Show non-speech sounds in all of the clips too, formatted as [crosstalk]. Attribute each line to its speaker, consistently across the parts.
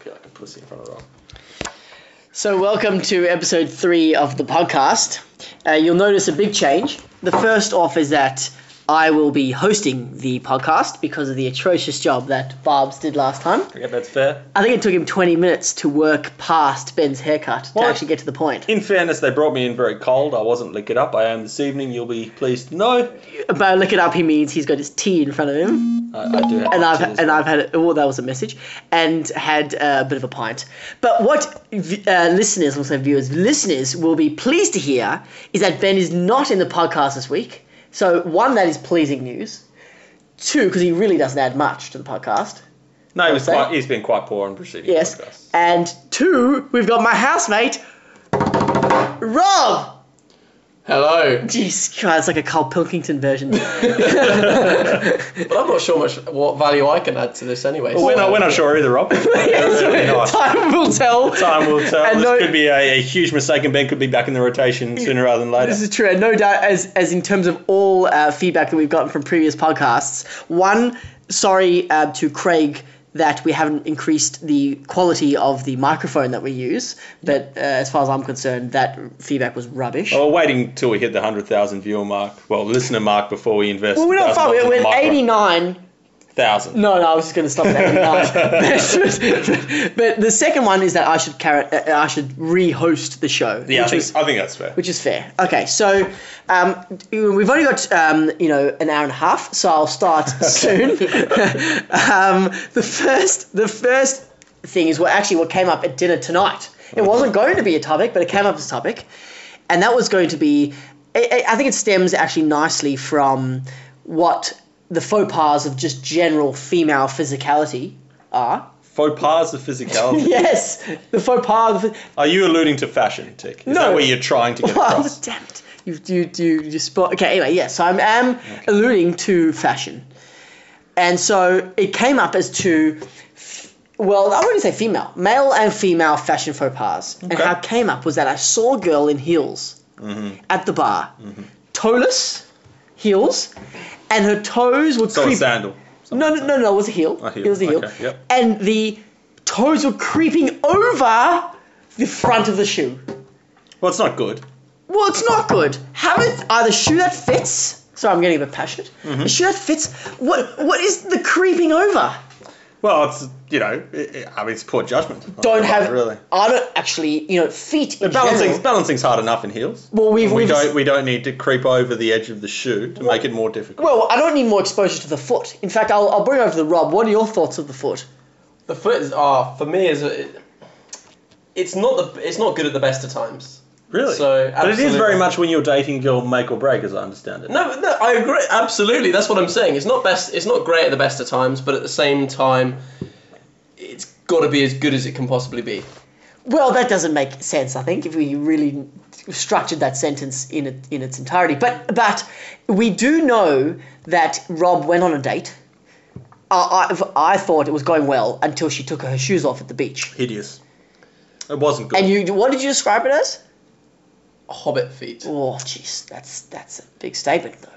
Speaker 1: feel like a pussy in front of Rob.
Speaker 2: So, welcome to episode three of the podcast. Uh, you'll notice a big change. The first off is that I will be hosting the podcast because of the atrocious job that Barb's did last time.
Speaker 1: I think that's fair.
Speaker 2: I think it took him 20 minutes to work past Ben's haircut
Speaker 1: What?
Speaker 2: to actually get to the point.
Speaker 1: In fairness, they brought me in very cold. I wasn't liquored up. I am this evening. You'll be pleased to know.
Speaker 2: By look it up, he means he's got his tea in front of him,
Speaker 1: I, I do have
Speaker 2: and
Speaker 1: my
Speaker 2: I've
Speaker 1: tears.
Speaker 2: and I've had well, that was a message, and had uh, a bit of a pint. But what v- uh, listeners, I'm saying viewers, listeners will be pleased to hear is that Ben is not in the podcast this week. So one, that is pleasing news. Two, because he really doesn't add much to the podcast.
Speaker 1: No, he was
Speaker 2: Say?
Speaker 1: quite, he's been quite poor in proceeding.
Speaker 2: Yes,
Speaker 1: podcasts.
Speaker 2: and two, we've got my housemate, Rob.
Speaker 3: Hello.
Speaker 2: Jeez, God, it's like a Carl Pilkington version.
Speaker 3: But I'm not sure much what value I can add to this anyway.
Speaker 1: We're not, we're not sure either,
Speaker 2: [laughs]
Speaker 1: Rob. Really not.
Speaker 2: Time will tell.
Speaker 1: Time will tell.
Speaker 2: And
Speaker 1: this
Speaker 2: no-
Speaker 1: could be a, a huge mistake, and Ben could be back in the rotation sooner rather than later.
Speaker 2: This is true, and no doubt, as as in terms of all uh, feedback that we've gotten from previous podcasts, one, sorry uh, to Craig that we haven't increased the quality of the microphone that we use, but uh, as far as I'm concerned, that feedback was rubbish.
Speaker 1: Well, we're waiting till we hit the 100,000 viewer mark, well, listener mark before we invest.
Speaker 2: Well, we're not far. We're, we're at 89.
Speaker 1: 80,000.
Speaker 2: No, no, I was just going to stop at
Speaker 1: [laughs]
Speaker 2: 89. [laughs] but the second one is that I should carry, uh, I should re-host the show.
Speaker 1: Yeah, I think,
Speaker 2: which was-
Speaker 1: I think that's fair.
Speaker 2: which is fair. Okay, so um, we've only got um, you know an hour and a half, so I'll start soon. [laughs] um, the first, the first thing is what actually what came up at dinner tonight. It wasn't going to be a topic, but it came up as a topic, and that was going to be. I, I- I think it stems actually nicely from what the faux pas of just general female physicality are.
Speaker 1: Faux pas of physicality.
Speaker 2: [laughs] Yes, the faux pas. Of,
Speaker 1: Are you alluding to fashion, Tick? Is that where you're trying to get
Speaker 2: [laughs] Well,
Speaker 1: across?
Speaker 2: damn it. You, you, you, you spot. Okay, anyway, yes, so I'm, am alluding to fashion. And so it came up as to, f- well, I wouldn't say female, male and female fashion faux pas. And
Speaker 1: Okay. Mm-hmm.
Speaker 2: how it came up was that I saw a girl in heels at the bar, toeless, heels, and her toes would
Speaker 1: So a
Speaker 2: creep.
Speaker 1: sandal.
Speaker 2: No, no, no, no, it was a heel.
Speaker 1: heel,
Speaker 2: It was a heel.
Speaker 1: okay, yep.
Speaker 2: And the toes were creeping over the front of the shoe.
Speaker 1: Well, it's not good.
Speaker 2: Well, it's not good. Have it either shoe that fits. Sorry, I'm getting a bit passionate. A shoe that fits. What what is the creeping over?
Speaker 1: Well, it's you know, it, it- I mean, it's poor judgment.
Speaker 2: Don't have
Speaker 1: really.
Speaker 2: I don't actually, you know, feet in
Speaker 1: Balancing's,
Speaker 2: general.
Speaker 1: balancing's hard enough in heels.
Speaker 2: Well, we've-
Speaker 1: we
Speaker 2: we've-
Speaker 1: don't we don't need to creep over the edge of the shoe to make it more difficult.
Speaker 2: Well, I don't need more exposure to the foot. In fact, I'll, I'll bring over the Rob. What are your thoughts of the foot?
Speaker 3: The foot is ah for me is a, it- it's not the it's not good at the best of times.
Speaker 1: really?
Speaker 3: so,
Speaker 1: but it is
Speaker 3: absolutely.
Speaker 1: very much when you're dating girl make or break, as I understand it.
Speaker 3: No, no, I agree absolutely. That's what I'm saying. It's not best. It's not great at the best of times, but at the same time, it's got to be as good as it can possibly be.
Speaker 2: Well, that doesn't make sense. I think if we really structured that sentence in it, in its entirety, but but we do know that Rob went on a date. I, I, I thought it was going well until she took her shoes off at the beach.
Speaker 1: Hideous. It wasn't good.
Speaker 2: And you, what did you describe it as?
Speaker 3: Hobbit feet.
Speaker 2: Oh, jeez, that's that's a big statement though.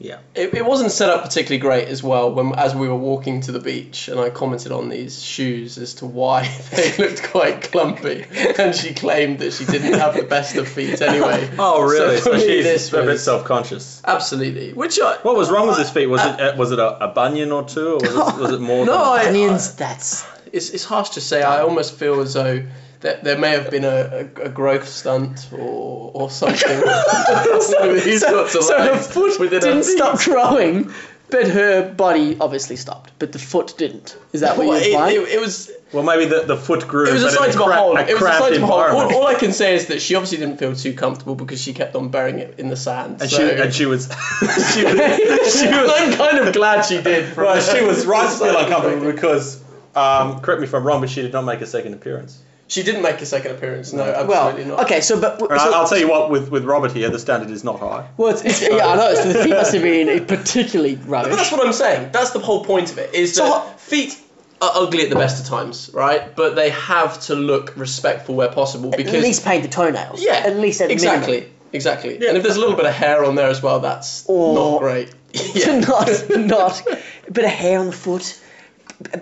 Speaker 1: yeah.
Speaker 3: It, it wasn't set up particularly great as well. When as we were walking to the beach, and I commented on these shoes as to why [laughs] they looked quite clumpy, and she claimed that she didn't have the best of feet anyway.
Speaker 1: Oh, really?
Speaker 3: So
Speaker 1: So,
Speaker 3: [laughs] for me,
Speaker 1: she's
Speaker 3: this
Speaker 1: a bit
Speaker 3: was
Speaker 1: self-conscious.
Speaker 3: absolutely. Which I,
Speaker 1: What was wrong with his feet? Was it uh, was it a, a bunion or two, or was it, was it more?
Speaker 3: No,
Speaker 1: than-
Speaker 3: I-
Speaker 2: Onions, that's
Speaker 3: it's, it's harsh to say. I almost feel as though that there may have been a, a, a growth stunt or or something. [laughs] so, these sorts of
Speaker 2: so her
Speaker 3: lines
Speaker 2: foot
Speaker 3: within a
Speaker 2: didn't
Speaker 3: feet.
Speaker 2: stop growing, but her body obviously stopped, but the foot didn't. Is that what
Speaker 3: Well,
Speaker 2: you're
Speaker 3: it,
Speaker 2: implying?
Speaker 3: it, it was
Speaker 1: well, maybe the, the foot grew.
Speaker 3: It was a
Speaker 1: but in
Speaker 3: sight to
Speaker 1: cra-
Speaker 3: behold.
Speaker 1: a
Speaker 3: It was a sight
Speaker 1: cramped
Speaker 3: to behold.
Speaker 1: environment.
Speaker 3: All, all I can say is that she obviously didn't feel too comfortable because she kept on burying it in the sand.
Speaker 1: And
Speaker 3: so
Speaker 1: she, and she was, [laughs] she
Speaker 3: [laughs]
Speaker 1: was, she was,
Speaker 3: I'm kind of glad she did. from
Speaker 1: well,
Speaker 3: a-
Speaker 1: she
Speaker 3: [laughs]
Speaker 1: was [laughs] right to feel
Speaker 3: society
Speaker 1: uncomfortable
Speaker 3: perspective.
Speaker 1: because, um, correct me if I'm wrong, but she did not make a second appearance.
Speaker 3: She didn't make a second appearance. No,
Speaker 2: well,
Speaker 3: absolutely not.
Speaker 2: okay, so but
Speaker 1: And
Speaker 2: so-
Speaker 1: I, I'll tell you what, with, with Robert here, the standard is not high.
Speaker 2: well, it's, it's, yeah, I know. So the feet must have been particularly
Speaker 3: But
Speaker 2: rubbish.
Speaker 3: that's what I'm saying. That's the whole point of it. Is
Speaker 2: So
Speaker 3: that
Speaker 2: ho-
Speaker 3: feet are ugly at the best of times, right? But they have to look respectful where possible because
Speaker 2: At least paint the toenails.
Speaker 3: yeah,
Speaker 2: At least at a minimum.
Speaker 3: exactly, exactly. And if there's a little bit of hair on there as well, that's
Speaker 2: Or-
Speaker 3: not great. [laughs] Yeah.
Speaker 2: not not. A bit of hair on the foot.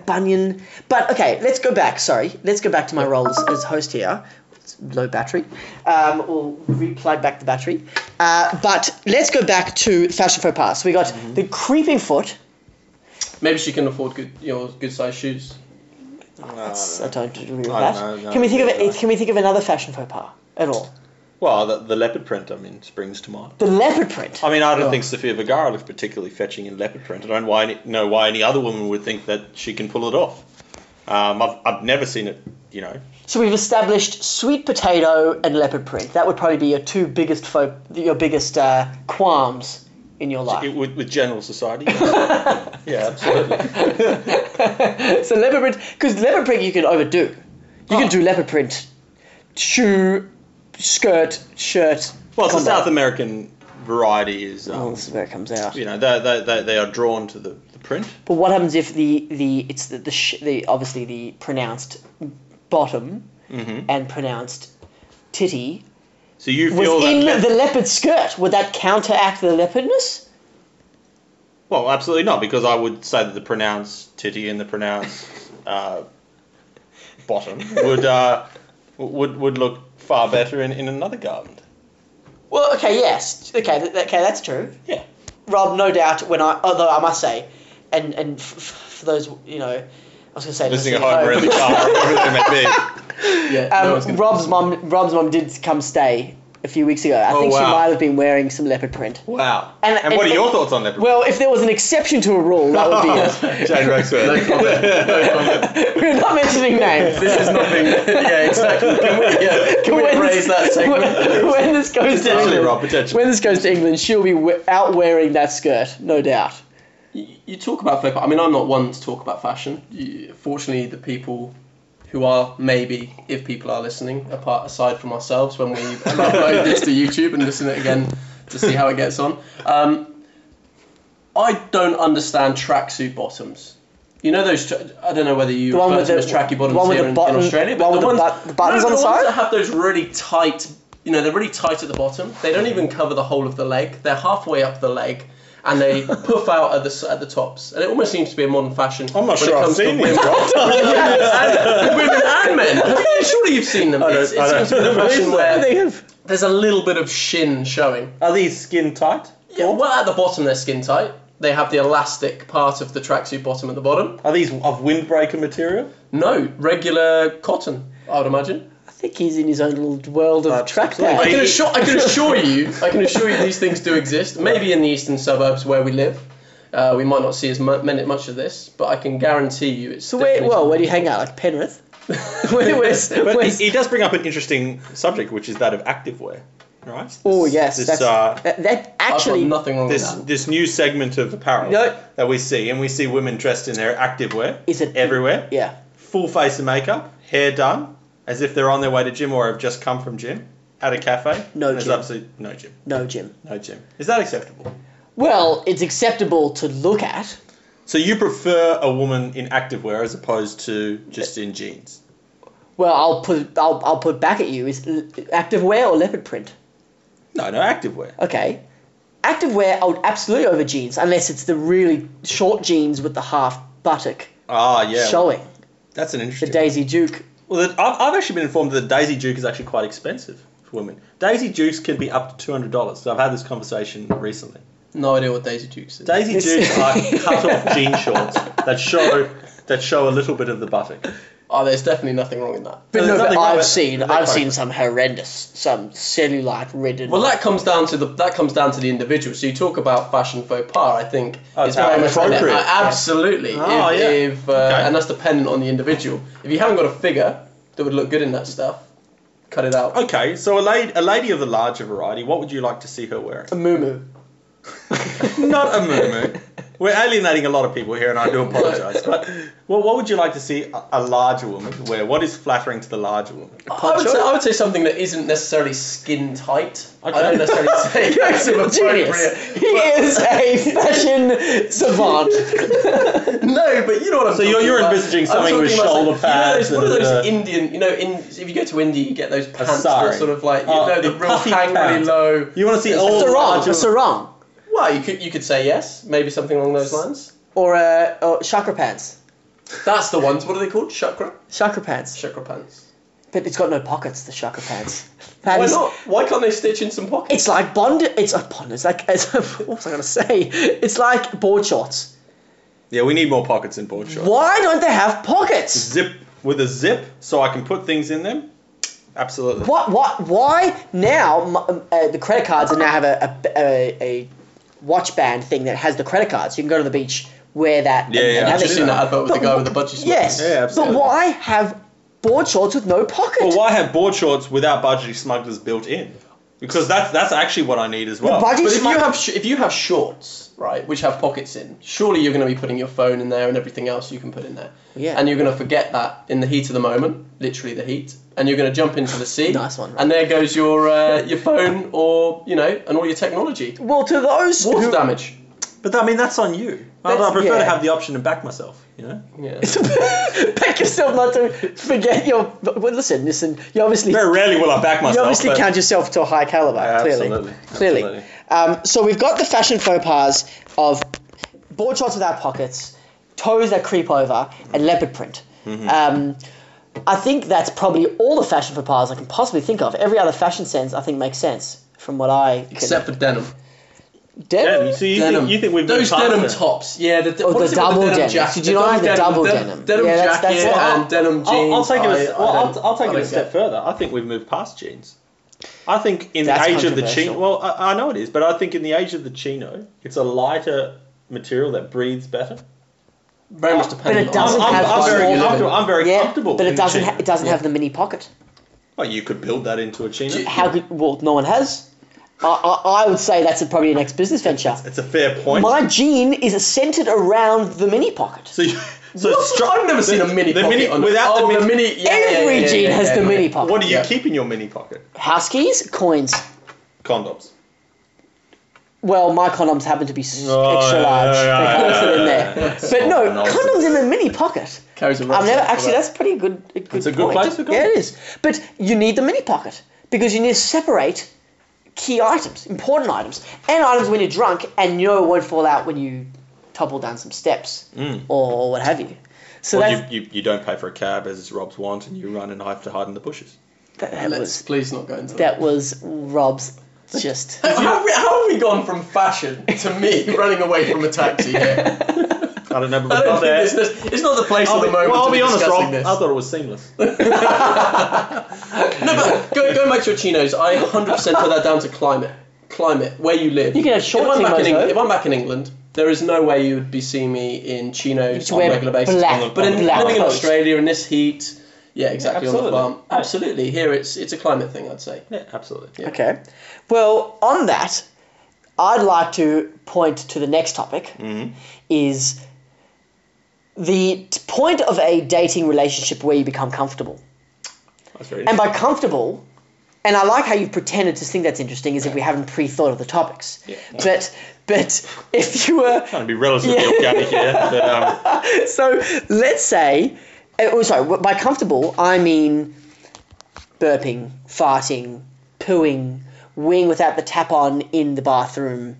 Speaker 2: Bunyan. But okay, let's go back. Sorry, let's go back to my role as, as host here. It's low battery. Um, we'll replug back the battery. Uh, but let's go back to fashion faux pas. So we got
Speaker 1: Mm-hmm.
Speaker 2: the creeping foot.
Speaker 3: Maybe she can afford good, you know, good sized shoes.
Speaker 2: I don't agree with
Speaker 1: I
Speaker 2: that.
Speaker 1: don't know, no,
Speaker 2: can we think of
Speaker 1: no,
Speaker 2: it?
Speaker 1: no.
Speaker 2: Can we think of another fashion faux pas at all?
Speaker 1: Well, the, the leopard print, I mean, springs to mind.
Speaker 2: The leopard print.
Speaker 1: I mean, I don't
Speaker 3: Yeah.
Speaker 1: think Sofia Vergara looks particularly fetching in leopard print. I don't why any, know why any other woman would think that she can pull it off. Um, I've, I've never seen it, you know.
Speaker 2: So we've established sweet potato and leopard print. That would probably be your two biggest faux, your biggest uh, qualms in your life.
Speaker 1: It, with, with general society. yeah, absolutely.
Speaker 2: So leopard print, because leopard print you can overdo. You can
Speaker 1: Oh.
Speaker 2: do leopard print, shoe, skirt, shirt.
Speaker 1: Well, it's the
Speaker 2: combo.
Speaker 1: South American variety is, um,
Speaker 2: Oh, this is where it comes out.
Speaker 1: you know, they, they, they, they are drawn to the, the print.
Speaker 2: But what happens if the the it's the the, sh- the obviously the pronounced bottom
Speaker 1: Mm-hmm.
Speaker 2: and pronounced titty
Speaker 1: So you
Speaker 2: was
Speaker 1: feel that.
Speaker 2: in
Speaker 1: that-
Speaker 2: the leopard skirt? Would that counteract the leopardness?
Speaker 1: Well, absolutely not, because I would say that the pronounced titty and the pronounced uh, bottom would uh, would would look far better in, in another garment.
Speaker 2: Well, okay, yes, okay, th- okay, that's true.
Speaker 1: Yeah.
Speaker 2: Rob, no doubt. When I, although I must say, and and f- f- for those you know, I was gonna say
Speaker 1: Listening at home or [laughs] in the car, or wherever it may be.
Speaker 3: Yeah, [laughs] no one's
Speaker 2: Um,
Speaker 3: gonna-
Speaker 2: Rob's mom, Rob's mom did come stay a few weeks ago. I
Speaker 1: Oh,
Speaker 2: think she
Speaker 1: wow.
Speaker 2: might have been wearing some leopard print.
Speaker 1: Wow.
Speaker 2: And-
Speaker 1: And,
Speaker 2: and-
Speaker 1: what are your
Speaker 2: and-
Speaker 1: thoughts on
Speaker 2: [laughs]
Speaker 1: leopard?
Speaker 2: Well, if there was an exception to a rule,
Speaker 1: [laughs]
Speaker 2: that would be it.
Speaker 1: Jane Rexford.
Speaker 3: [laughs]
Speaker 2: We're not mentioning names.
Speaker 3: This is nothing. yeah, exactly. Can we, yeah, can we
Speaker 2: When
Speaker 3: raise
Speaker 2: this-
Speaker 3: that [laughs] segment?
Speaker 2: When, when this goes to
Speaker 1: Potentially,
Speaker 2: England,
Speaker 1: Rob, potentially.
Speaker 2: when this goes to England, she'll be we- out wearing that skirt, no doubt.
Speaker 3: You- You talk about flip. I mean, I'm not one to talk about fashion. You, fortunately, the people who are maybe, if people are listening, apart aside from ourselves, when we [laughs] upload this to YouTube and listen it again to see how it gets on. Um, I don't understand tracksuit bottoms. You know those? Tra- I don't know whether you
Speaker 2: The one
Speaker 3: refer
Speaker 2: with
Speaker 3: to
Speaker 2: the-
Speaker 3: them as tracky bottoms
Speaker 2: the one with
Speaker 3: here
Speaker 2: the
Speaker 3: in,
Speaker 2: button-
Speaker 3: in Australia,
Speaker 2: the one with
Speaker 3: ones,
Speaker 2: the bu- the buttons
Speaker 3: no,
Speaker 2: on the
Speaker 3: ones
Speaker 2: side?
Speaker 3: that have those really tight. You know, they're really tight at the bottom. They don't
Speaker 1: Mm-hmm.
Speaker 3: even cover the whole of the leg. They're halfway up the leg. And
Speaker 1: [laughs]
Speaker 3: they puff out at the s- at the tops, and it almost seems to be a modern fashion.
Speaker 1: I'm not
Speaker 3: when
Speaker 1: sure
Speaker 3: it
Speaker 1: I've
Speaker 3: comes
Speaker 1: seen
Speaker 3: to
Speaker 1: these,
Speaker 3: [laughs] women. and, women and men.
Speaker 1: [laughs]
Speaker 3: I'm sure you've seen them. It's, it
Speaker 1: I
Speaker 3: seems to be a
Speaker 1: don't believe
Speaker 3: fashion
Speaker 1: so.
Speaker 3: where
Speaker 2: They have.
Speaker 3: there's a little bit of shin showing.
Speaker 1: Are these skin tight?
Speaker 3: Yeah, well, at the bottom they're skin tight. They have the elastic part of the tracksuit bottom at the bottom.
Speaker 1: Are these oh. of windbreaker material?
Speaker 3: No, regular cotton, I would imagine.
Speaker 2: I think he's in his own little world
Speaker 1: Uh,
Speaker 2: of track
Speaker 1: absolutely.
Speaker 3: I
Speaker 2: pad.
Speaker 3: can, assure, I can assure you, I can assure you, these things do exist. Maybe in the eastern suburbs where we live, uh, we might not see as mu- many- much of this, but I can guarantee you, it's
Speaker 2: So where,
Speaker 3: definitely-
Speaker 2: well, where do you hang out? Like Penrith? [laughs] where, where's,
Speaker 1: But he,
Speaker 2: where's,
Speaker 1: he does bring up an interesting subject, which is that of activewear. Right?
Speaker 2: oh
Speaker 1: This-
Speaker 2: yes,
Speaker 1: This,
Speaker 2: that's,
Speaker 1: uh,
Speaker 2: that, that
Speaker 3: I've got
Speaker 2: actually.
Speaker 3: nothing wrong
Speaker 1: this
Speaker 3: with that.
Speaker 1: this new segment of apparel
Speaker 2: No.
Speaker 1: that we see, and we see women dressed in their activewear.
Speaker 2: Is it-
Speaker 1: everywhere?
Speaker 2: Yeah.
Speaker 1: Full face of makeup, hair done, as if they're on their way to gym or have just come from gym, at a cafe.
Speaker 2: No
Speaker 1: and there's
Speaker 2: gym.
Speaker 1: absolutely no gym.
Speaker 2: No, Jim.
Speaker 1: No gym. Is that acceptable?
Speaker 2: Well, it's acceptable to look at.
Speaker 1: So you prefer a woman in activewear as opposed to just in jeans?
Speaker 2: Well, I'll put I'll, I'll put back at you is l- active wear or leopard print.
Speaker 1: No, no activewear.
Speaker 2: Okay. Active wear I would absolutely over jeans unless it's the really short jeans with the half buttock
Speaker 1: Ah, yeah.
Speaker 2: showing.
Speaker 1: That's an interesting.
Speaker 2: The Daisy Duke.
Speaker 1: Well, that- I've, I've actually been informed that the Daisy Duke is actually quite expensive for women. Daisy Dukes can be up to two hundred dollars. So I've had this conversation recently.
Speaker 3: No idea what Daisy Dukes is.
Speaker 1: Daisy
Speaker 2: This-
Speaker 1: Dukes are cut off jean shorts that show that show a little bit of the buttock.
Speaker 3: oh, there's definitely nothing wrong in that.
Speaker 2: But
Speaker 1: there's
Speaker 2: no, but
Speaker 1: nothing wrong
Speaker 2: I've
Speaker 1: with-
Speaker 2: seen
Speaker 1: they're
Speaker 2: I've
Speaker 1: quite-
Speaker 2: seen some horrendous, some cellulite ridden.
Speaker 3: Well, that comes down to the that comes down to the individual. So you talk about fashion faux pas. I think
Speaker 1: Oh,
Speaker 3: is very much
Speaker 1: appropriate.
Speaker 3: uh, absolutely.
Speaker 1: Oh,
Speaker 3: if,
Speaker 1: yeah.
Speaker 3: if, uh,
Speaker 1: Okay.
Speaker 3: and that's dependent on the individual. If you haven't got a figure that would look good in that stuff, cut it out.
Speaker 1: Okay, so a lady, a lady of the larger variety, what would you like to see her wearing?
Speaker 2: a muumuu.
Speaker 1: [laughs] Not a muumuu. We're alienating a lot of people here, and I do apologise. But well, what would you like to see a, a larger woman wear? What is flattering to the larger woman?
Speaker 3: I would, say, I would say something that isn't necessarily skin tight. I
Speaker 1: Okay.
Speaker 3: don't necessarily
Speaker 1: [laughs]
Speaker 3: say
Speaker 2: [laughs]
Speaker 3: that's inappropriate.
Speaker 2: Genius. He is a fashion savant.
Speaker 3: [laughs] No, but you know what I'm
Speaker 1: So you're-
Speaker 3: talking
Speaker 1: you're
Speaker 3: about.
Speaker 1: envisaging
Speaker 3: I'm
Speaker 1: something with
Speaker 3: talking about
Speaker 1: shoulder
Speaker 3: something-
Speaker 1: pads
Speaker 3: You know, those,
Speaker 1: and,
Speaker 3: what are those
Speaker 1: uh,
Speaker 3: Indian? You know, in, if you go to India, you get those pants that
Speaker 1: sari.
Speaker 3: sort of like you
Speaker 1: Oh,
Speaker 3: know the
Speaker 1: the
Speaker 3: real
Speaker 1: puffy
Speaker 3: hang really
Speaker 1: pants.
Speaker 3: low.
Speaker 1: You want to see all the
Speaker 2: sarong,
Speaker 1: larger
Speaker 2: a sarong,
Speaker 3: Well, you could you could say yes, maybe something along those lines.
Speaker 2: or a or chakra uh, pants.
Speaker 3: That's the ones. What are they called? Chakra?
Speaker 2: Chakra pants.
Speaker 3: Chakra pants.
Speaker 2: But it's got no pockets, the chakra
Speaker 3: [laughs]
Speaker 2: pants. That
Speaker 3: Why
Speaker 2: is-
Speaker 3: not? Why can't they stitch in some pockets?
Speaker 2: It's like Bond. It's a Bond. It's like. [laughs] It's, what was I going to say? It's like board shorts.
Speaker 1: Yeah, we need more pockets in board shorts.
Speaker 2: Why don't they have pockets?
Speaker 1: Zip with a zip, so I can put things in them. Absolutely.
Speaker 2: What? What? Why now? m- um, Uh, the credit cards now have a, a, a, a watch band thing that has the credit cards. You can go to the beach, wear that. and-
Speaker 1: Yeah,
Speaker 2: and,
Speaker 1: yeah,
Speaker 2: have
Speaker 1: I've
Speaker 2: it.
Speaker 1: just seen
Speaker 3: that advert with the
Speaker 2: But
Speaker 3: guy
Speaker 2: wh-
Speaker 3: with the budgie slippers.
Speaker 2: Yes.
Speaker 1: Yeah, absolutely.
Speaker 2: But why have board shorts with no
Speaker 1: But
Speaker 2: pockets?
Speaker 1: why have board shorts without budgie smugglers built in? Because that's that's actually what I need as well.
Speaker 2: budgie-
Speaker 3: But if
Speaker 2: Smart-
Speaker 3: you have sh- if you have shorts, right, which have pockets in, surely you're going to be putting your phone in there and everything else you can put in there.
Speaker 2: Yeah.
Speaker 3: And you're going to forget that in the heat of the moment, literally the heat, and you're going to jump into the sea.
Speaker 2: [laughs] Nice one, right?
Speaker 3: And there goes your uh, your phone or you know and all your technology.
Speaker 2: Well, to those
Speaker 3: Water
Speaker 2: who,
Speaker 3: damage.
Speaker 1: But I mean, that's on you. I,
Speaker 2: That's-
Speaker 1: I prefer to
Speaker 2: yeah.
Speaker 1: have the option to back myself. You know,
Speaker 3: Yeah.
Speaker 2: [laughs] Pick yourself not to forget your. Well, listen, listen. You obviously
Speaker 1: very rarely will I back myself.
Speaker 2: you obviously
Speaker 1: but-
Speaker 2: count yourself to a high caliber. clearly,
Speaker 1: absolutely,
Speaker 2: clearly.
Speaker 1: absolutely.
Speaker 2: Um, so we've got the fashion faux pas of board shorts without pockets, toes that creep over, and leopard print.
Speaker 1: Mm-hmm.
Speaker 2: Um, I think that's probably all the fashion faux pas I can possibly think of. Every other fashion sense I think makes sense from what I can.
Speaker 3: Except for denim.
Speaker 1: Yeah,
Speaker 2: denim.
Speaker 1: you see, you
Speaker 3: denim.
Speaker 1: think, you think we've
Speaker 3: those
Speaker 1: moved past
Speaker 3: denim
Speaker 1: that.
Speaker 3: tops? Yeah, the,
Speaker 2: Oh, the double
Speaker 3: denim.
Speaker 2: denim.
Speaker 3: jacket-
Speaker 2: Did you not like the double denim?
Speaker 3: Denim
Speaker 2: Yeah, that's-
Speaker 3: jacket
Speaker 2: that's what
Speaker 1: I'll-
Speaker 3: and denim jeans.
Speaker 1: I'll, I'll take it.
Speaker 3: I-
Speaker 1: A,
Speaker 3: I
Speaker 1: well,
Speaker 3: don't-
Speaker 1: I'll, I'll
Speaker 3: I
Speaker 1: take it
Speaker 3: don't
Speaker 1: a step
Speaker 3: get
Speaker 1: further. I think we've moved past jeans. I think in
Speaker 2: That's
Speaker 1: the age of the chino.
Speaker 2: controversial.
Speaker 1: Well, I, I know it is, but I think in the age of the chino, it's a lighter material that breathes better.
Speaker 3: Very much
Speaker 2: But
Speaker 3: dependent.
Speaker 2: it doesn't
Speaker 1: I'm,
Speaker 3: on
Speaker 2: have
Speaker 1: I'm, I'm very
Speaker 2: small-
Speaker 1: comfortable. I'm very comfortable.
Speaker 2: but
Speaker 1: in
Speaker 2: it
Speaker 1: the
Speaker 2: doesn't.
Speaker 1: chino.
Speaker 2: Ha- it doesn't have the mini pocket.
Speaker 1: Well, you could build that into a chino.
Speaker 2: How could? Well, no one has. I, I, I would say that's a, probably an ex business venture.
Speaker 1: It's a fair point.
Speaker 2: My jean is centered around the mini pocket.
Speaker 3: [laughs]
Speaker 1: so, you, so
Speaker 3: What?
Speaker 1: stri-
Speaker 3: I've never seen a mini
Speaker 1: the
Speaker 3: pocket
Speaker 1: mini-
Speaker 3: on
Speaker 1: without
Speaker 3: oh,
Speaker 1: the mini.
Speaker 3: yeah, yeah, yeah,
Speaker 2: Every
Speaker 3: yeah,
Speaker 2: jean
Speaker 3: yeah,
Speaker 2: has
Speaker 3: yeah,
Speaker 2: the
Speaker 3: yeah.
Speaker 2: mini pocket.
Speaker 1: What do you
Speaker 3: Yeah.
Speaker 1: keep in your mini pocket?
Speaker 2: House keys, coins.
Speaker 1: Condoms.
Speaker 2: Well, my condoms happen to be s
Speaker 1: Oh,
Speaker 2: extra
Speaker 1: yeah,
Speaker 2: large.
Speaker 1: yeah,
Speaker 2: they
Speaker 1: yeah,
Speaker 2: can't fit in
Speaker 1: yeah,
Speaker 2: there.
Speaker 1: yeah, yeah.
Speaker 2: But no,
Speaker 1: Nonsense.
Speaker 2: condoms in the mini pocket.
Speaker 3: Carries a
Speaker 2: I've
Speaker 3: rucksack
Speaker 2: never
Speaker 3: for
Speaker 2: actually.
Speaker 3: that.
Speaker 2: That's pretty good. A good
Speaker 1: It's a good
Speaker 2: point.
Speaker 1: place to go.
Speaker 2: Yeah, it is. But you need the mini pocket because you need to separate key items, important items, and items when you're drunk, and you know it won't fall out when you topple down some steps or what have you. So
Speaker 1: Well,
Speaker 2: that's,
Speaker 1: you, you, you don't pay for a cab as is Rob's want, and you run and hide to hide in the bushes.
Speaker 2: that
Speaker 3: Let's
Speaker 2: was
Speaker 3: please not go into that.
Speaker 2: that was Rob's just.
Speaker 3: How, have we- how have we gone from fashion to me [laughs] running away from a taxi here?
Speaker 1: I don't know, but
Speaker 3: I
Speaker 1: we've got
Speaker 3: don't think
Speaker 1: there.
Speaker 3: it's, this- it's not the place
Speaker 1: I'll
Speaker 3: at
Speaker 1: be,
Speaker 3: the moment
Speaker 1: well, I'll
Speaker 3: to be,
Speaker 1: be honest,
Speaker 3: discussing
Speaker 1: Rob.
Speaker 3: this.
Speaker 1: I thought it was seamless.
Speaker 3: No, but go, going back to your chinos, I 100% put that down to climate. Climate, where you live.
Speaker 2: You can have short
Speaker 3: if I'm, back in,
Speaker 2: chinos,
Speaker 3: Eng-
Speaker 2: though.
Speaker 3: if I'm back in England, there is no way you would be seeing me in chinos
Speaker 2: just
Speaker 3: on a
Speaker 2: wear
Speaker 3: regular basis.
Speaker 2: black-
Speaker 3: but in,
Speaker 2: black
Speaker 3: living in
Speaker 2: clothes.
Speaker 3: Australia in this heat, yeah, exactly on the
Speaker 1: absolutely.
Speaker 3: farm. Absolutely, here it's it's a climate thing, I'd say.
Speaker 1: yeah, absolutely.
Speaker 2: Okay. Well, on that, I'd like to point to the next topic
Speaker 1: Mm-hmm.
Speaker 2: is the t- point of a dating relationship where you become comfortable.
Speaker 1: That's very
Speaker 2: And
Speaker 1: interesting.
Speaker 2: by comfortable, and I like how you've pretended to think that's interesting is if we haven't pre-thought of the topics.
Speaker 1: Yeah.
Speaker 2: But but if you were
Speaker 1: Trying to be relatively organic here, but um,
Speaker 2: [laughs] so let's say, uh, oh, sorry, by comfortable, I mean burping, farting, pooing, wing without the tap on in the bathroom.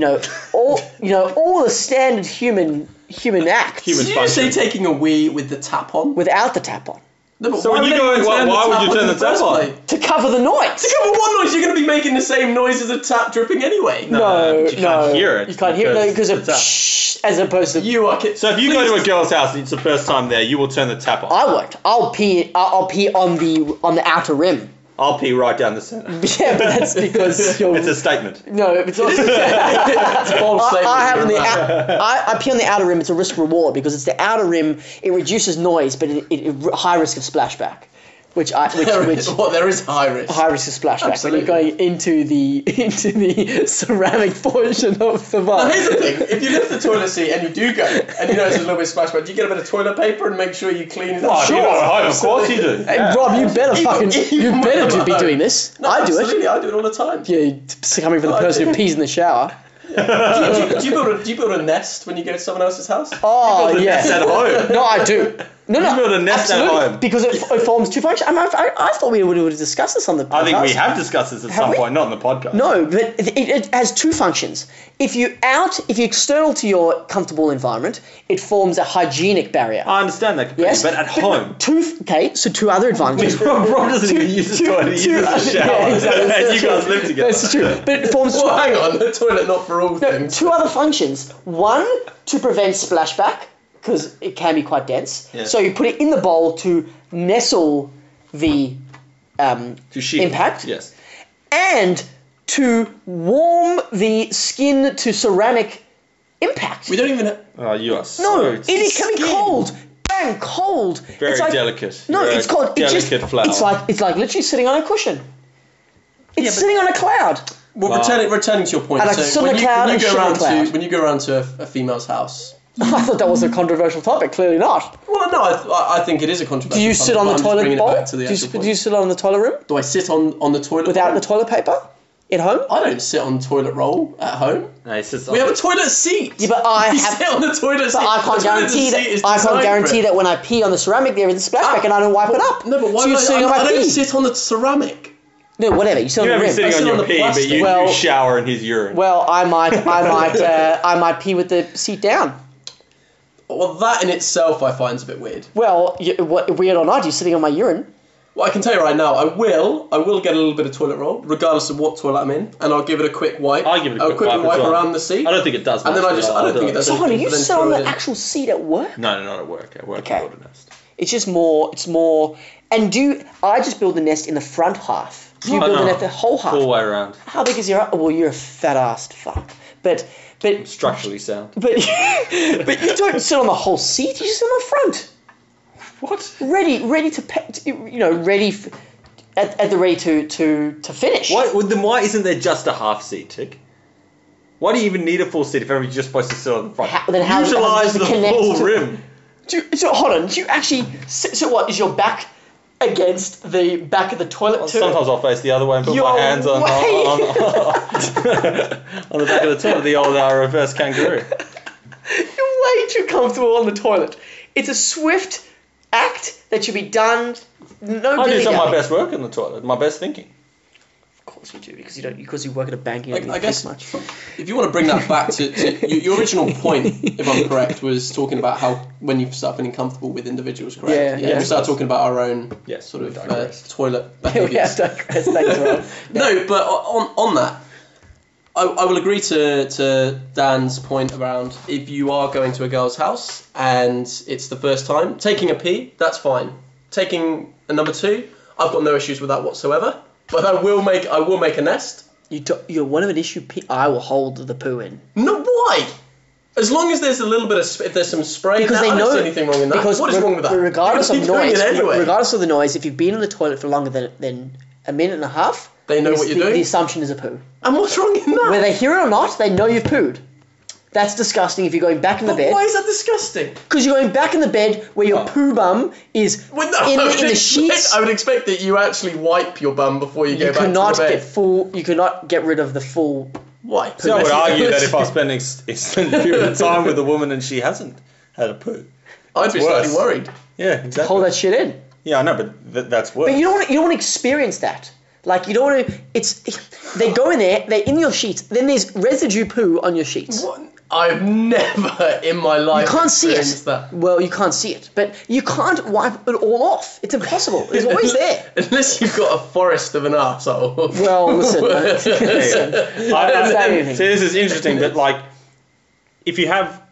Speaker 1: [laughs]
Speaker 2: know, all you know, all the standard human human acts
Speaker 1: Human-
Speaker 3: Did you say
Speaker 1: Function.
Speaker 3: taking a wee with the tap on?
Speaker 2: without the tap on
Speaker 3: No, but
Speaker 1: So
Speaker 3: why
Speaker 1: when you
Speaker 3: would
Speaker 1: go
Speaker 3: anyone
Speaker 1: in, why- why
Speaker 3: turn
Speaker 1: would you
Speaker 3: on
Speaker 1: turn the
Speaker 3: in
Speaker 1: tap
Speaker 3: first
Speaker 1: on?
Speaker 3: place?
Speaker 2: to cover the noise.
Speaker 3: Yeah, but what noise? You're going to be making the same noise as a tap dripping anyway.
Speaker 1: No,
Speaker 2: No,
Speaker 1: but you
Speaker 2: no,
Speaker 1: can't hear it
Speaker 2: You can't hear it no, because
Speaker 1: because
Speaker 2: of
Speaker 1: it's a tap.
Speaker 2: shh, as opposed to
Speaker 3: You are. Ki-
Speaker 1: so if you go to
Speaker 3: [laughs]
Speaker 1: a girl's house and it's the first time there, you will turn the tap on.
Speaker 2: I won't. I'll pee. I'll, I'll pee on the on the outer rim. [laughs]
Speaker 1: I'll pee right down the centre.
Speaker 2: Yeah, but that's because
Speaker 1: [laughs]
Speaker 2: you're
Speaker 1: It's a statement.
Speaker 2: no. It's also,
Speaker 1: [laughs]
Speaker 3: It's Bob's statement.
Speaker 2: I have on the
Speaker 3: You're right.
Speaker 2: out, I, I pee on the outer rim. It's a risk reward because it's the outer rim. It reduces noise, but it, it, it high risk of splashback, which I
Speaker 3: There [laughs]
Speaker 2: which,
Speaker 3: is,
Speaker 2: which
Speaker 3: what there is high risk.
Speaker 2: high risk of splashback
Speaker 3: Absolutely.
Speaker 2: when you're going into the [laughs] into the ceramic portion of the bar.
Speaker 3: Here's the thing: if you lift the toilet seat and you do go, and you know it's a little bit splashback, do you get a bit of toilet paper and make sure you clean it up?
Speaker 1: Oh, you know, I- of course you do.
Speaker 2: Hey, Rob, you better fucking you
Speaker 3: even
Speaker 2: better
Speaker 3: more.
Speaker 2: do, be doing this.
Speaker 3: No,
Speaker 2: I do
Speaker 3: absolutely,
Speaker 2: it.
Speaker 3: I do it all the time.
Speaker 2: Yeah, you- it's coming from the
Speaker 3: I
Speaker 2: person who
Speaker 3: do.
Speaker 2: pees in the shower.
Speaker 3: Do, you, do you build a, do you build a nest when you go to someone else's house?
Speaker 2: Oh
Speaker 1: It's
Speaker 2: yeah.
Speaker 1: at home.
Speaker 2: No, I do. No, no,
Speaker 1: Let's build a nest at
Speaker 2: absolutely,
Speaker 1: home.
Speaker 2: because it, it forms two functions. I, mean, I, I thought we would, would have discussed this on the podcast.
Speaker 1: I think we have discussed this at
Speaker 2: Have
Speaker 1: some
Speaker 2: we?
Speaker 1: point, not on the podcast.
Speaker 2: No, but it, it has two functions. If you out, if you're external to your comfortable environment, it forms a hygienic barrier.
Speaker 1: I understand that completely,
Speaker 2: yes,
Speaker 1: but at home.
Speaker 2: Two. Okay, so two
Speaker 1: [laughs]
Speaker 2: other advantages.
Speaker 1: Rob, Rob doesn't even use the toilet, he
Speaker 2: [laughs] two-
Speaker 1: uses the
Speaker 2: yeah,
Speaker 1: shower. [laughs]
Speaker 2: exactly,
Speaker 1: and
Speaker 2: that's
Speaker 1: you
Speaker 2: true.
Speaker 1: guys
Speaker 2: [laughs]
Speaker 1: live together.
Speaker 2: That's true, but it forms
Speaker 3: Well, hang on, the toilet not for all things.
Speaker 2: two other functions. One to prevent splashback because it can be quite dense.
Speaker 1: Yeah.
Speaker 2: So you put it in the bowl to nestle the um,
Speaker 1: To shield.
Speaker 2: Impact?
Speaker 1: Yes.
Speaker 2: and to warm the skin to ceramic impact.
Speaker 3: We don't even. Have,
Speaker 1: Oh, you are so
Speaker 2: no, it is can be
Speaker 1: skin.
Speaker 2: cold. Bang, cold.
Speaker 1: Very
Speaker 2: it's like,
Speaker 1: delicate.
Speaker 2: No,
Speaker 1: Very
Speaker 2: it's cold. It just,
Speaker 1: delicate flower.
Speaker 2: It's like it's like literally sitting on a cushion. It's
Speaker 3: but-
Speaker 2: sitting on a cloud. [laughs]
Speaker 3: well,
Speaker 1: Wow.
Speaker 3: returning, returning to your point.
Speaker 2: And I sit
Speaker 3: so
Speaker 2: on
Speaker 3: when
Speaker 2: the
Speaker 3: you,
Speaker 2: cloud
Speaker 3: when you
Speaker 2: and
Speaker 3: go
Speaker 2: shit on
Speaker 3: around
Speaker 2: the cloud.
Speaker 3: to when you go around to a, a female's house.
Speaker 2: I thought that was a controversial topic. Clearly not.
Speaker 3: Well, no, I, I- I think it is a controversial.
Speaker 2: Do you
Speaker 3: topic,
Speaker 2: sit on
Speaker 3: but
Speaker 2: the
Speaker 3: I'm just
Speaker 2: toilet
Speaker 3: bringing it
Speaker 2: bowl?
Speaker 3: back to the
Speaker 2: do,
Speaker 3: actual
Speaker 2: you,
Speaker 3: point.
Speaker 2: do you sit on the toilet room
Speaker 3: Do I sit on, on the toilet
Speaker 2: without
Speaker 3: roll?
Speaker 2: the toilet paper at home?
Speaker 3: I don't sit on toilet roll at home.
Speaker 1: No, it's just
Speaker 3: We have a toilet seat.
Speaker 2: Yeah, but I
Speaker 3: [laughs] you
Speaker 2: have.
Speaker 3: sit on the toilet seat.
Speaker 2: But I can't
Speaker 3: The toilet
Speaker 2: guarantee
Speaker 3: seat is
Speaker 2: that I
Speaker 3: designed
Speaker 2: can't
Speaker 3: for
Speaker 2: guarantee
Speaker 3: it.
Speaker 2: that when I pee on the ceramic there is a splashback and I don't wipe it up.
Speaker 3: No, but why
Speaker 2: so you're
Speaker 3: would I,
Speaker 2: sitting
Speaker 3: I,
Speaker 2: on my
Speaker 3: I don't
Speaker 2: pee.
Speaker 3: sit on the ceramic.
Speaker 2: No, whatever. You sit on
Speaker 1: you
Speaker 2: the
Speaker 1: have
Speaker 2: rim.
Speaker 1: him sitting
Speaker 3: I
Speaker 1: on
Speaker 3: sit
Speaker 1: your
Speaker 3: on the
Speaker 1: pee, but you,
Speaker 2: plastic.
Speaker 1: you shower in his urine.
Speaker 2: Well, I might, I [laughs] might, uh, I might pee with the seat down.
Speaker 3: Well, that in itself I find is a bit weird.
Speaker 2: Well, you, what, weird or not, you're sitting on my urine.
Speaker 3: Well, I can tell you right now, I will, I will get a little bit of toilet roll, regardless of what toilet I'm in, and I'll give it a quick wipe.
Speaker 1: I'll give it a
Speaker 3: I'll
Speaker 1: quick
Speaker 3: quickly
Speaker 1: wipe as well.
Speaker 3: around the seat.
Speaker 1: I don't think it does.
Speaker 3: And then
Speaker 1: much,
Speaker 3: I just-
Speaker 1: but
Speaker 3: I don't
Speaker 1: I'll
Speaker 3: think
Speaker 1: do
Speaker 3: it does
Speaker 2: So, honey, you
Speaker 3: Then
Speaker 2: sit on
Speaker 3: throw
Speaker 2: the
Speaker 3: it in.
Speaker 2: actual seat at work.
Speaker 1: No, no, not at work. At work,
Speaker 2: Okay.
Speaker 1: I build a nest.
Speaker 2: It's just more. It's more. And do you- I just build the nest in the front half? Do you
Speaker 1: Oh,
Speaker 2: build the
Speaker 1: no.
Speaker 2: nest the whole half?
Speaker 1: All way around.
Speaker 2: How big is your? Well, you're a fat assed fuck. But but
Speaker 1: Structurally sound.
Speaker 2: But [laughs] but you don't sit on the whole seat. You just sit on the front,
Speaker 1: What?
Speaker 2: ready ready to pe- to- you know ready f- at, at the ready to to to finish.
Speaker 1: Why, well, then why isn't there just a half seat, Tick? Why do you even need a full seat if everybody's just supposed to sit on the front?
Speaker 2: How- then how does it- how
Speaker 1: Utilize
Speaker 2: does it
Speaker 1: the
Speaker 2: connect
Speaker 1: full
Speaker 2: to-
Speaker 1: rim.
Speaker 2: Do you, so hold on. Do you actually sit, so what is your back against the back of the toilet too?
Speaker 1: Sometimes I'll face the other way and put
Speaker 2: You're
Speaker 1: my hands on, on,
Speaker 2: way- [laughs]
Speaker 1: on, on the back of the toilet, the old uh, reverse kangaroo.
Speaker 2: Oh, [laughs] You're way too comfortable on the toilet. It's a swift act that should be done. No,
Speaker 1: I do
Speaker 2: dilly-dally.
Speaker 1: some of my best work in the toilet, my best thinking.
Speaker 2: Of course you do, because you don't, because you work at a bank. And you
Speaker 3: I-
Speaker 2: don't
Speaker 3: I
Speaker 2: I,
Speaker 3: guess-
Speaker 2: guess much. [laughs]
Speaker 3: If you want to bring that back to, to your, your original point, if I'm correct, was talking about how when you start feeling comfortable with individuals, correct?
Speaker 2: Yeah, yeah.
Speaker 3: We start talking about our own
Speaker 1: Yes,
Speaker 3: sort
Speaker 1: we
Speaker 3: of uh,
Speaker 1: digressed.
Speaker 2: [laughs]
Speaker 3: toilet
Speaker 2: we have
Speaker 3: behaviours.
Speaker 2: digressed. [laughs] Thanks, Rob.
Speaker 3: no, but on on that, I, I will agree to to Dan's point around if you are going to a girl's house and it's the first time taking a pee, that's fine. Taking a number two, I've got no issues with that whatsoever. But I will make I will make a nest.
Speaker 2: You do, you're one of an issue. Pe- I will hold the poo in.
Speaker 3: No, why? As long as there's a little bit of sp- if there's some spray,
Speaker 2: because
Speaker 3: now,
Speaker 2: they
Speaker 3: I don't
Speaker 2: know
Speaker 3: see anything wrong in that.
Speaker 2: Because
Speaker 3: what is
Speaker 2: re-
Speaker 3: wrong with that? [laughs]
Speaker 2: Regardless
Speaker 3: You're
Speaker 2: of
Speaker 3: doing
Speaker 2: noise,
Speaker 3: it anyway.
Speaker 2: regardless of the noise, if you've been in the toilet for longer than, than a minute and a half,
Speaker 3: They know
Speaker 2: the-
Speaker 3: what you're
Speaker 2: the,
Speaker 3: doing.
Speaker 2: The assumption is a poo.
Speaker 3: and what's wrong in that?
Speaker 2: Whether they hear it or not, they know you've pooed. That's disgusting if you're going back in the
Speaker 3: Why
Speaker 2: bed.
Speaker 3: is that disgusting?
Speaker 2: Because you're going back in the bed where your poo bum is
Speaker 3: Oh. Well, no, [laughs]
Speaker 2: in,
Speaker 3: I
Speaker 2: the-
Speaker 3: would
Speaker 2: in the
Speaker 3: expect-
Speaker 2: sheets.
Speaker 3: I would expect that you actually wipe your bum before you,
Speaker 2: You
Speaker 3: go back
Speaker 2: cannot
Speaker 3: to the bed.
Speaker 2: get full. You cannot get rid of the full.
Speaker 3: Why?
Speaker 1: So I would argue that if I spend an ex- extended period of time with a woman and she hasn't had a poo.
Speaker 3: I'd be
Speaker 1: worse.
Speaker 3: slightly worried.
Speaker 1: Yeah, exactly.
Speaker 2: Hold that shit in.
Speaker 1: Yeah, I know, but th- that's worse.
Speaker 2: But you don't want to, you don't want to experience that. Like you don't want to. It's they go in there. They're in your sheets. Then there's residue poo on your sheets.
Speaker 3: What? I've never in my life
Speaker 2: You can't see it.
Speaker 3: experienced that.
Speaker 2: Well, you can't see it, but you can't wipe it all off. It's impossible. It's always
Speaker 3: [laughs]
Speaker 2: there.
Speaker 3: Unless you've got a forest of an arsehole.
Speaker 2: Well, listen,
Speaker 3: [laughs]
Speaker 1: I
Speaker 2: don't say anything.
Speaker 1: See, this is interesting,
Speaker 2: [laughs]
Speaker 1: but like, if you have,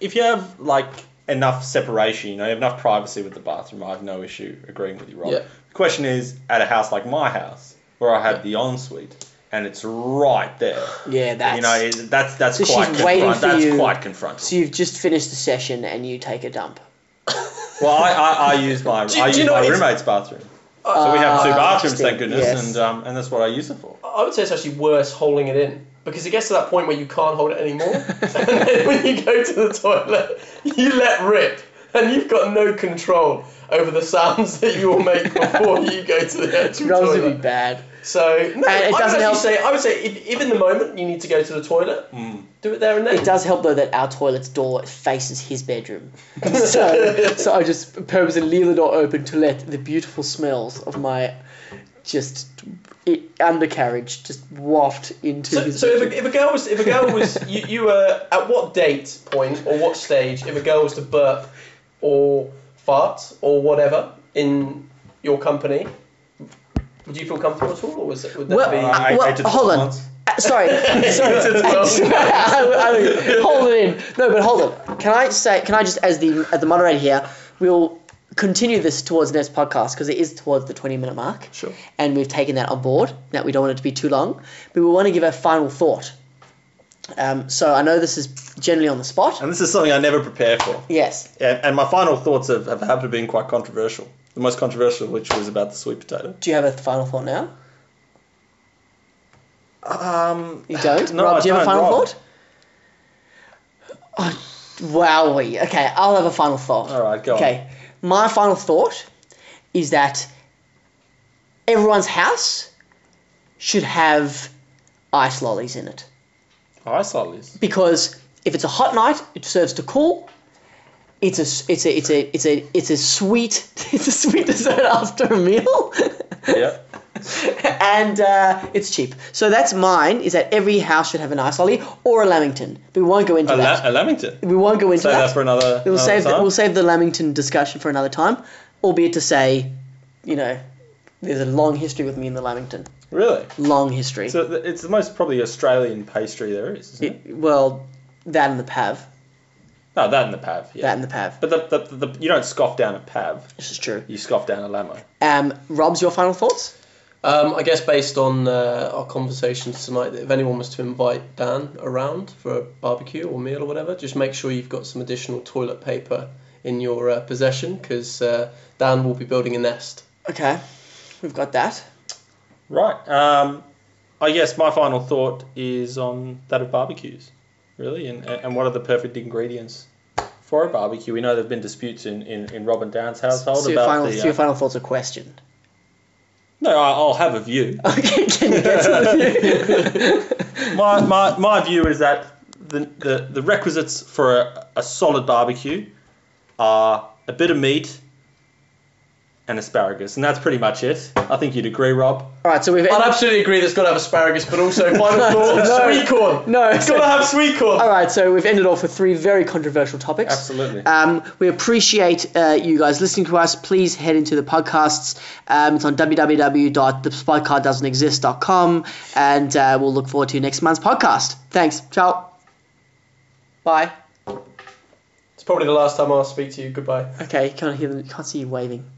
Speaker 1: if you have like enough separation, you know, you have enough privacy with the bathroom, I have no issue agreeing with you, Rob.
Speaker 3: Yeah.
Speaker 1: The question is, at a house like my house, where I have the ensuite, and it's right there.
Speaker 2: Yeah, that's.
Speaker 1: You know, it- that's that's
Speaker 2: So
Speaker 1: quite
Speaker 2: she's waiting
Speaker 1: confront-
Speaker 2: for
Speaker 1: that's
Speaker 2: you
Speaker 1: quite confronting.
Speaker 2: so you've just finished the session and you take a dump.
Speaker 1: well, I, I, I use
Speaker 2: [laughs]
Speaker 1: my
Speaker 3: Do-
Speaker 1: I
Speaker 3: do
Speaker 1: use
Speaker 3: you know
Speaker 1: my
Speaker 3: it's-
Speaker 1: roommate's bathroom, so we have two
Speaker 2: Ah,
Speaker 1: bathrooms,
Speaker 2: interesting.
Speaker 1: thank goodness,
Speaker 2: Yes.
Speaker 1: and um, and that's what I use it for.
Speaker 3: I would say it's actually worse holding it in because it gets to that point where you can't hold it
Speaker 2: [laughs]
Speaker 3: anymore. [laughs] and then when you go to the toilet, you let rip and you've got no control over the sounds that you will make before you go to
Speaker 2: [laughs]
Speaker 3: the actual
Speaker 2: That would be
Speaker 3: toilet.
Speaker 2: bad.
Speaker 3: So no,
Speaker 2: And it
Speaker 3: I would
Speaker 2: doesn't
Speaker 3: actually
Speaker 2: help- Hmm.
Speaker 3: say I would say if, if in the moment you need to go to the toilet, do it there and then.
Speaker 2: It does help though that our toilet's door faces his bedroom, [laughs] so so I just purposely leave the door open to let the beautiful smells of my just i undercarriage just waft into
Speaker 3: So,
Speaker 2: his.
Speaker 3: so if, a, if a girl was if a girl was you, you were at what date point or what stage if a girl was to burp or fart or whatever in your company, would you feel comfortable at all, or was it, would that
Speaker 2: Well,
Speaker 3: be?
Speaker 1: I- I
Speaker 2: well,
Speaker 1: did
Speaker 2: hold
Speaker 1: this
Speaker 2: on.
Speaker 1: once.
Speaker 2: Uh, sorry,
Speaker 3: [laughs]
Speaker 2: [laughs] sorry. I, I, hold it in. No, but hold it. Can I say? Can I just, as the as the moderator here, we'll continue this towards the next podcast because it is towards the twenty minute mark.
Speaker 3: Sure.
Speaker 2: And we've taken that on board. That we don't want it to be too long, but we want to give a final thought. Um, so I know this is generally on the spot.
Speaker 1: And this is something I never prepare for.
Speaker 2: Yes.
Speaker 1: And, and my final thoughts have, have happened to been quite controversial. The most controversial, which was about the sweet potato.
Speaker 2: Do you have a final thought now?
Speaker 1: Um,
Speaker 2: You don't?
Speaker 1: [laughs] No,
Speaker 2: Rob,
Speaker 1: I
Speaker 2: do you have a
Speaker 1: don't,
Speaker 2: final
Speaker 1: Rob.
Speaker 2: thought? Oh, wowee. Okay, I'll have a final thought.
Speaker 1: All right, go on.
Speaker 2: Okay, my final thought is that everyone's house should have ice lollies in it.
Speaker 1: ice lollies.
Speaker 2: Because if it's a hot night, it serves to cool. It's a it's a it's a it's a it's a sweet [laughs] it's a sweet dessert [laughs] after a meal.
Speaker 1: Yeah.
Speaker 2: [laughs] and uh, it's cheap. So that's mine. Is that every house should have an ice lolly or a lamington? But we won't go into
Speaker 1: A, la-
Speaker 2: that.
Speaker 1: a lamington.
Speaker 2: we won't go into
Speaker 1: Save that for another.
Speaker 2: we'll
Speaker 1: another
Speaker 2: save the,
Speaker 1: time.
Speaker 2: we'll save the lamington discussion for another time. Albeit to say, you know, there's a long history with me in the lamington.
Speaker 1: Really?
Speaker 2: Long history.
Speaker 1: So th- it's the most probably Australian pastry there is. Isn't it?
Speaker 2: It- well, that and the pav.
Speaker 1: No, that and the pav. Yeah.
Speaker 2: That and the pav.
Speaker 1: But the, the, the, the, you don't scoff down a pav.
Speaker 2: This is true.
Speaker 1: You scoff down a lamo.
Speaker 2: Um, Rob's your final thoughts?
Speaker 3: Um, I guess based on uh, our conversations tonight, that if anyone was to invite Dan around for a barbecue or meal or whatever, just make sure you've got some additional toilet paper in your uh, possession because uh, Dan will be building a nest.
Speaker 2: Okay, we've got that.
Speaker 1: Right. Um, I guess my final thought is on that of barbecues, really, and, and what are the perfect ingredients for a barbecue? We know there have been disputes in, in, in Robin Down's household
Speaker 2: So your,
Speaker 1: about
Speaker 2: final,
Speaker 1: the.
Speaker 2: so your
Speaker 1: uh,
Speaker 2: final thoughts are questioned. [laughs]
Speaker 1: no, I- I'll have a view.
Speaker 2: Okay, can
Speaker 1: [laughs]
Speaker 2: you get to
Speaker 1: my, my, my view is that the, the, the requisites for a, a solid barbecue are a bit of meat and asparagus, and that's pretty much it. I think you'd agree, Rob.
Speaker 2: All right, so we've.
Speaker 3: I'd absolutely agree that's got to have asparagus, but also
Speaker 2: [laughs]
Speaker 3: final thought,
Speaker 2: No.
Speaker 3: sweet
Speaker 2: [laughs]
Speaker 3: corn.
Speaker 2: no.
Speaker 3: It's got to have sweet corn.
Speaker 2: all right, so we've ended off with three very controversial topics.
Speaker 1: Absolutely.
Speaker 2: Um, we appreciate uh, you guys listening to us. Please head into the podcasts. Um, it's on www.thespotcarddoesn'texist.com, and uh, we'll look forward to next month's podcast. Thanks. Ciao. Bye.
Speaker 3: It's probably the last time I'll speak to you. Goodbye.
Speaker 2: Okay, can't hear them. Can't see you waving.